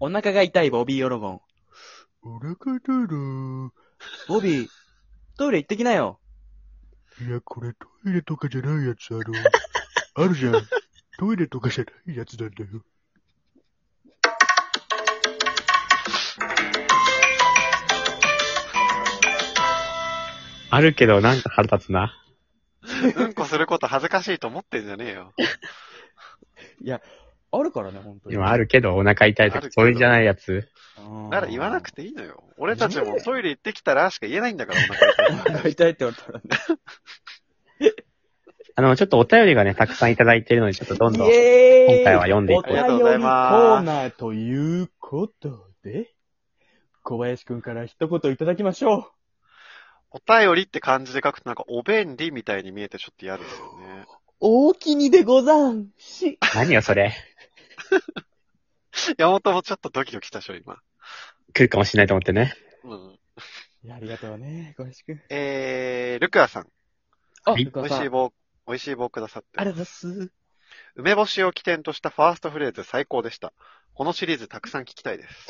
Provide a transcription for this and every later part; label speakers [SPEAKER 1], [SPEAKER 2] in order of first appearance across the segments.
[SPEAKER 1] お腹が痛いボビー・ヨロゴン。
[SPEAKER 2] お腹だろ
[SPEAKER 1] ボビー、トイレ行ってきなよ。
[SPEAKER 2] いや、これトイレとかじゃないやつある。あるじゃん。トイレとかじゃないやつなんだよ。
[SPEAKER 3] あるけど、なんか腹立つな。
[SPEAKER 4] うんこすること恥ずかしいと思ってんじゃねえよ。
[SPEAKER 1] あるからね、本当に。
[SPEAKER 3] 今あるけど、お腹痛いと
[SPEAKER 4] ある
[SPEAKER 3] か、
[SPEAKER 4] けど
[SPEAKER 3] それじゃないやつ。
[SPEAKER 1] うん。
[SPEAKER 4] なら言わなくていいのよ。俺たちもトイレ行ってきたらしか言えないんだから、お腹痛い
[SPEAKER 1] お腹痛いって言われたらね。
[SPEAKER 3] あの、ちょっとお便りがね、たくさんいただいてるので、ちょっとどんどん。
[SPEAKER 1] イ
[SPEAKER 3] は
[SPEAKER 1] エーイ
[SPEAKER 3] 今回は読んでいこう
[SPEAKER 1] お便りコーナーということで、小林くんから一言いただきましょう。
[SPEAKER 4] お便りって漢字で書くとなんかお便利みたいに見えてちょっと嫌ですよ ね。
[SPEAKER 1] 大きにでござんし。
[SPEAKER 3] 何よ、それ。
[SPEAKER 4] 山本もちょっとドキドキしたでしょ、今。
[SPEAKER 3] 来るかもしれないと思って ね。
[SPEAKER 4] うん。
[SPEAKER 1] いや、ありがとうね、小林くん。
[SPEAKER 4] えー、ルクアさん。
[SPEAKER 1] あ、
[SPEAKER 3] はい
[SPEAKER 1] ゆ
[SPEAKER 4] 美
[SPEAKER 1] か
[SPEAKER 4] 味
[SPEAKER 1] さん
[SPEAKER 4] しい棒、美味しい棒くださって。
[SPEAKER 1] ありがとうございます。
[SPEAKER 4] 梅干しを起点としたファーストフレーズ最高でした。このシリーズたくさん聞きたいです。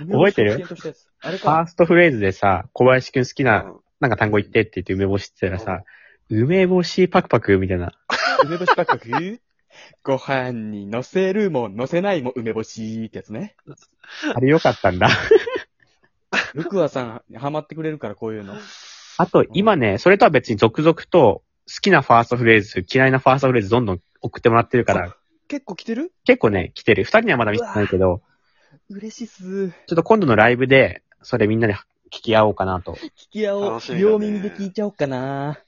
[SPEAKER 3] 覚えてる
[SPEAKER 1] 梅干しの実験としたやつあれ
[SPEAKER 3] ファー
[SPEAKER 1] か。
[SPEAKER 3] ストフレーズでさ、小林くん好きな、
[SPEAKER 4] うん
[SPEAKER 3] なんか単語言ってって言って梅干しって言ったらさ、梅干しパクパクみたいな。
[SPEAKER 1] 梅干しパックフご飯に乗せるも乗せないも梅干しってやつね。
[SPEAKER 3] あれ良かったん だ。
[SPEAKER 1] ルクアさん、ハマってくれるから、こういうの。
[SPEAKER 3] あと、今ね、それとは別に続々と、好きなファーストフレーズ、嫌いなファーストフレーズどんどん送ってもらってるから、
[SPEAKER 1] 結構来てる
[SPEAKER 3] 結構ね、来てる。二人にはまだ見せてないけど、
[SPEAKER 1] 嬉しいっす。
[SPEAKER 3] ちょっと今度のライブで、それみんなで聞き合おうかなと。
[SPEAKER 1] 聞き屋を
[SPEAKER 4] 楽しみだね
[SPEAKER 1] 両耳で聞いちゃおうかな。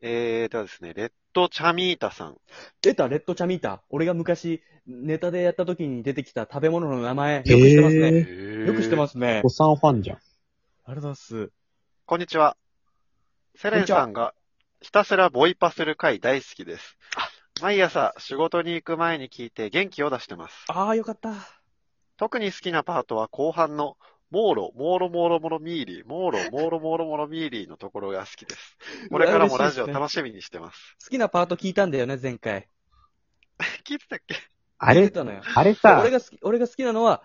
[SPEAKER 4] えー、ではですね、レッドチャミータさん。
[SPEAKER 1] 出た、レッドチャミータ。俺が昔、ネタでやった時に出てきた食べ物の名前、よく
[SPEAKER 3] え
[SPEAKER 1] 知ってますね。
[SPEAKER 4] よ。
[SPEAKER 1] よく知ってますすね
[SPEAKER 3] お。さんファンじゃん。
[SPEAKER 1] ありがとうございます。
[SPEAKER 4] こんにちは。セレンさんがひたすらボイパする回大好きです。毎朝仕事に行く前に聞いて元気を出してます。
[SPEAKER 1] ああ、よかった。
[SPEAKER 4] 特に好きなパートは後半のモーロ、モーロモーロモロミーリー、モーロモーロモーロモロミーリーのところが好きです。これからもラジオ
[SPEAKER 1] 好
[SPEAKER 4] 楽しみにしてます。
[SPEAKER 1] きなパート聞いたんだよね、前回。
[SPEAKER 4] 聞いてたっけ
[SPEAKER 3] あ
[SPEAKER 1] 聞い
[SPEAKER 3] れ
[SPEAKER 1] て、たのよ。
[SPEAKER 3] あれさ
[SPEAKER 1] 俺、が好き、俺が好きなのは、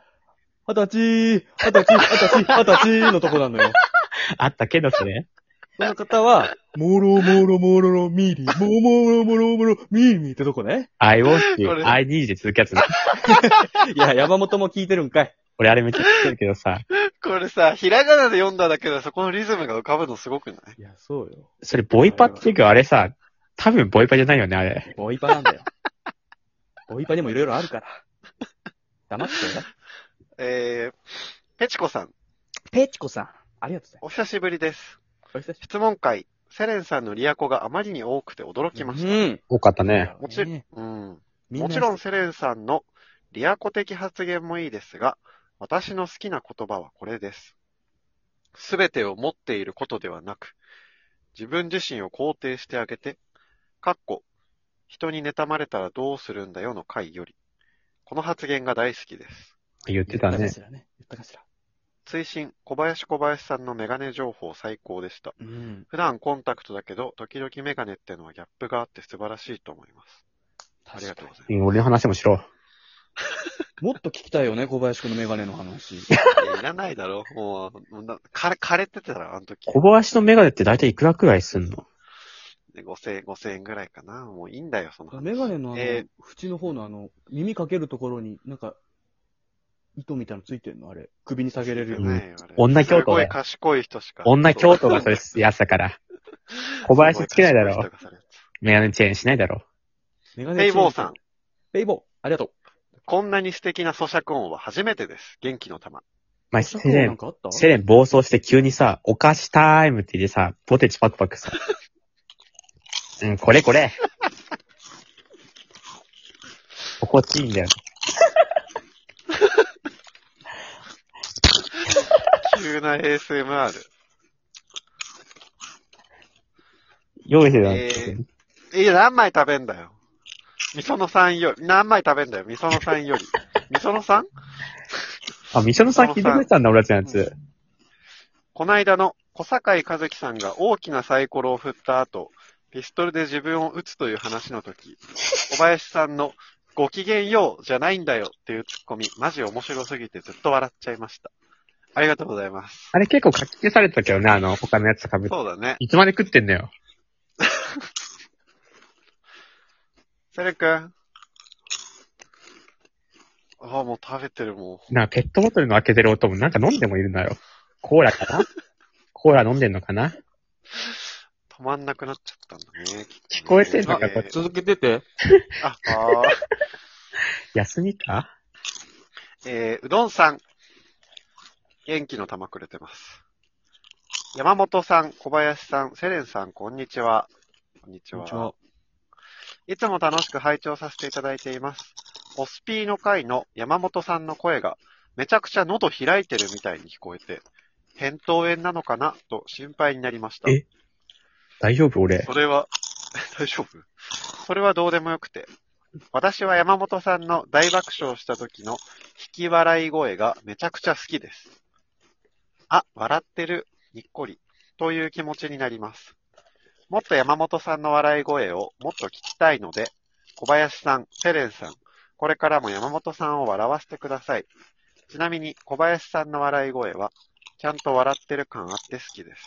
[SPEAKER 1] 二十歳、二十歳、二十歳、二十歳のとこな のよ。
[SPEAKER 3] あったけどそれ。
[SPEAKER 1] その方は、モロモロモロロミリ、モモロモロモロミリミってとこね。
[SPEAKER 3] I want
[SPEAKER 4] これ
[SPEAKER 3] you, I need で続くやつね。
[SPEAKER 1] いや、山本も聞いてるんかい。
[SPEAKER 3] 俺あれめっちゃ知ってるけどさ、
[SPEAKER 4] これさ、ひらがなで読んだだけでそこのリズムが浮かぶのすごくない
[SPEAKER 1] いや、そうよ。
[SPEAKER 3] それボイパっていうかあれさ、多分ボイパじゃないよね、あれ。
[SPEAKER 1] ボイパなん だよ。ボイパにもいろいろあるから。黙ってよ。
[SPEAKER 4] えー、ペチコさん、
[SPEAKER 1] ペチコさん。ありがとうござい
[SPEAKER 4] お久しぶりです。
[SPEAKER 1] ます。お久し
[SPEAKER 4] 質問会、セレンさんのリアコがあまりに多くて驚きま
[SPEAKER 1] ぶり
[SPEAKER 4] し
[SPEAKER 1] うん。
[SPEAKER 3] 多かったね。
[SPEAKER 4] もちろん
[SPEAKER 1] ね
[SPEAKER 4] た。うん。
[SPEAKER 1] み
[SPEAKER 4] もちろ
[SPEAKER 1] ん
[SPEAKER 4] んセレンさんのリアコ的発言もいいですが、私の好きな言葉はこれです。すべてを持っていることではなく、自分自身を肯定してあげて、かっこ、人に妬まれたらどうするんだよの回より、この発言が大好きです。
[SPEAKER 3] 言って
[SPEAKER 1] 言っ
[SPEAKER 3] た
[SPEAKER 1] たか
[SPEAKER 3] ね。
[SPEAKER 1] しらね。言ったかしら。
[SPEAKER 4] 追伸、小林小林さんのメガネ情報最高でした。
[SPEAKER 1] うん。
[SPEAKER 4] 普段コンタクトだけど、時々メガネってのはギャップがあって素晴らしいと思います。ありがとうございます。
[SPEAKER 3] うん俺の話もしろ。
[SPEAKER 1] もっと聞きたいよね、小林くんのメガネの話。
[SPEAKER 4] いやいらないだろ。もう、な枯れ、枯れてたら、あの時。
[SPEAKER 3] 小林のメガネって大体いくらくらいすんの
[SPEAKER 4] 5000円、5000円ぐらいかな。もういいんだよ、その 話。
[SPEAKER 1] メガネのあの、
[SPEAKER 4] え
[SPEAKER 1] 縁の方のあの、耳かけるところに、なんか、糸みたいのついてんのあれ。首に下げれるよ
[SPEAKER 4] ついてな
[SPEAKER 1] ね。
[SPEAKER 4] いよあれ
[SPEAKER 3] 女教徒だよ
[SPEAKER 4] すごい賢い人しか。
[SPEAKER 3] 女京都が それやってたから。小林つけないだろ。メガネチェーンしないだろ。
[SPEAKER 1] メガネ
[SPEAKER 4] ペイボーさん。、
[SPEAKER 1] ペイボー。ありがとう。
[SPEAKER 4] こんなに素敵な咀嚼音は初めてです。元気の玉。
[SPEAKER 3] まあ、
[SPEAKER 1] 咀嚼
[SPEAKER 3] セ
[SPEAKER 1] 音
[SPEAKER 3] レ
[SPEAKER 1] なん
[SPEAKER 3] ン、
[SPEAKER 1] かあった
[SPEAKER 3] セレン暴走して急にさ、お菓子タイムって言ってさ、ポテチパクパクさ。うん、これこれ。心地いいんだよ。
[SPEAKER 4] 急な ASMR。
[SPEAKER 3] 用意してたの、
[SPEAKER 4] えいや、何枚食べんだよ。みそのさんより、何枚食べんだよ、みそのさんより。みそのさん
[SPEAKER 3] あ、ミショノさん聞いてくれてたんだ、俺たちのやつ。
[SPEAKER 4] こないだの小坂井和樹さんが大きなサイコロを振った後、ピストルで自分を撃つという話の時、小林さんのごきげんようじゃないんだよっていうツッコミ、マジ面白すぎてずっと笑っちゃいました。ありがとうございます。
[SPEAKER 3] あれ結構書き消されてたけどね、あの、他のやつと被って。
[SPEAKER 4] そうだね。
[SPEAKER 3] いつまで食ってんだよ。
[SPEAKER 4] セル君。ああ、もう食べてるも
[SPEAKER 3] なんかペットボトルの開けてる音もなんか飲んでもいるのよ。コーラかなコーラ飲んでんのかな
[SPEAKER 4] う。止まんなくなっちゃったんだね。きっとね
[SPEAKER 3] 聞こえてんのか
[SPEAKER 4] えー
[SPEAKER 3] こっち
[SPEAKER 1] 続けてて。
[SPEAKER 4] あ、あー
[SPEAKER 3] 休みか
[SPEAKER 4] えーうどんさん。元気の玉くれてます。山本さん、小林さん、セレンさん、こんにちは。こんにち
[SPEAKER 1] こん
[SPEAKER 4] は
[SPEAKER 1] にち。はい
[SPEAKER 4] つも楽しく拝聴させていただいています。オスピーの会の山本さんの声が、めちゃくちゃ喉開いてるみたいに聞こえて、扁桃炎なのかなと心配になりました。
[SPEAKER 3] え大丈夫俺。
[SPEAKER 4] それは、 大丈夫それはどうでもよくて。私は山本さんの大爆笑した時の引き笑い声がめちゃくちゃ好きです。あ、笑ってる、にっこり、という気持ちになります。もっと山本さんの笑い声をもっと聞きたいので、小林さん、セレンさん、これからも山本さんを笑わせてください。ちなみに小林さんの笑い声は、ちゃんと笑ってる感あって好きです。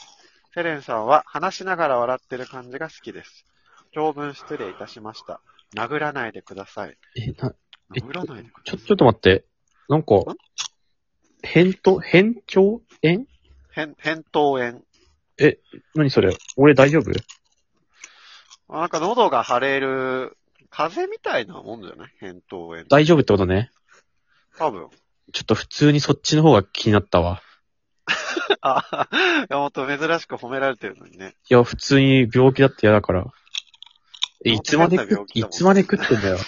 [SPEAKER 4] セレンさんは話しながら笑ってる感じが好きです。長文失礼いたしました。殴らないでください。
[SPEAKER 3] え、な、え
[SPEAKER 4] 殴らないでくだ
[SPEAKER 3] ち
[SPEAKER 4] さ
[SPEAKER 3] ょ、
[SPEAKER 4] い。
[SPEAKER 3] ちょっと待って。なんか、扁桃、扁桃炎
[SPEAKER 4] 返返答炎。
[SPEAKER 3] 何それ俺大丈夫
[SPEAKER 4] あなんか喉が腫れる、風邪みたいなもんじゃない返答炎。
[SPEAKER 3] 大丈夫ってことね。
[SPEAKER 4] 多 分。
[SPEAKER 3] ちょっと普通にそっちの方が気になったわ。
[SPEAKER 4] あ、山本珍しく褒められてるのにね。
[SPEAKER 3] いや、普通に病気だって嫌だから。えいつまで
[SPEAKER 4] 変な
[SPEAKER 3] 食っ
[SPEAKER 4] 病気
[SPEAKER 3] い
[SPEAKER 4] だもん
[SPEAKER 3] つまで食ってんだよ。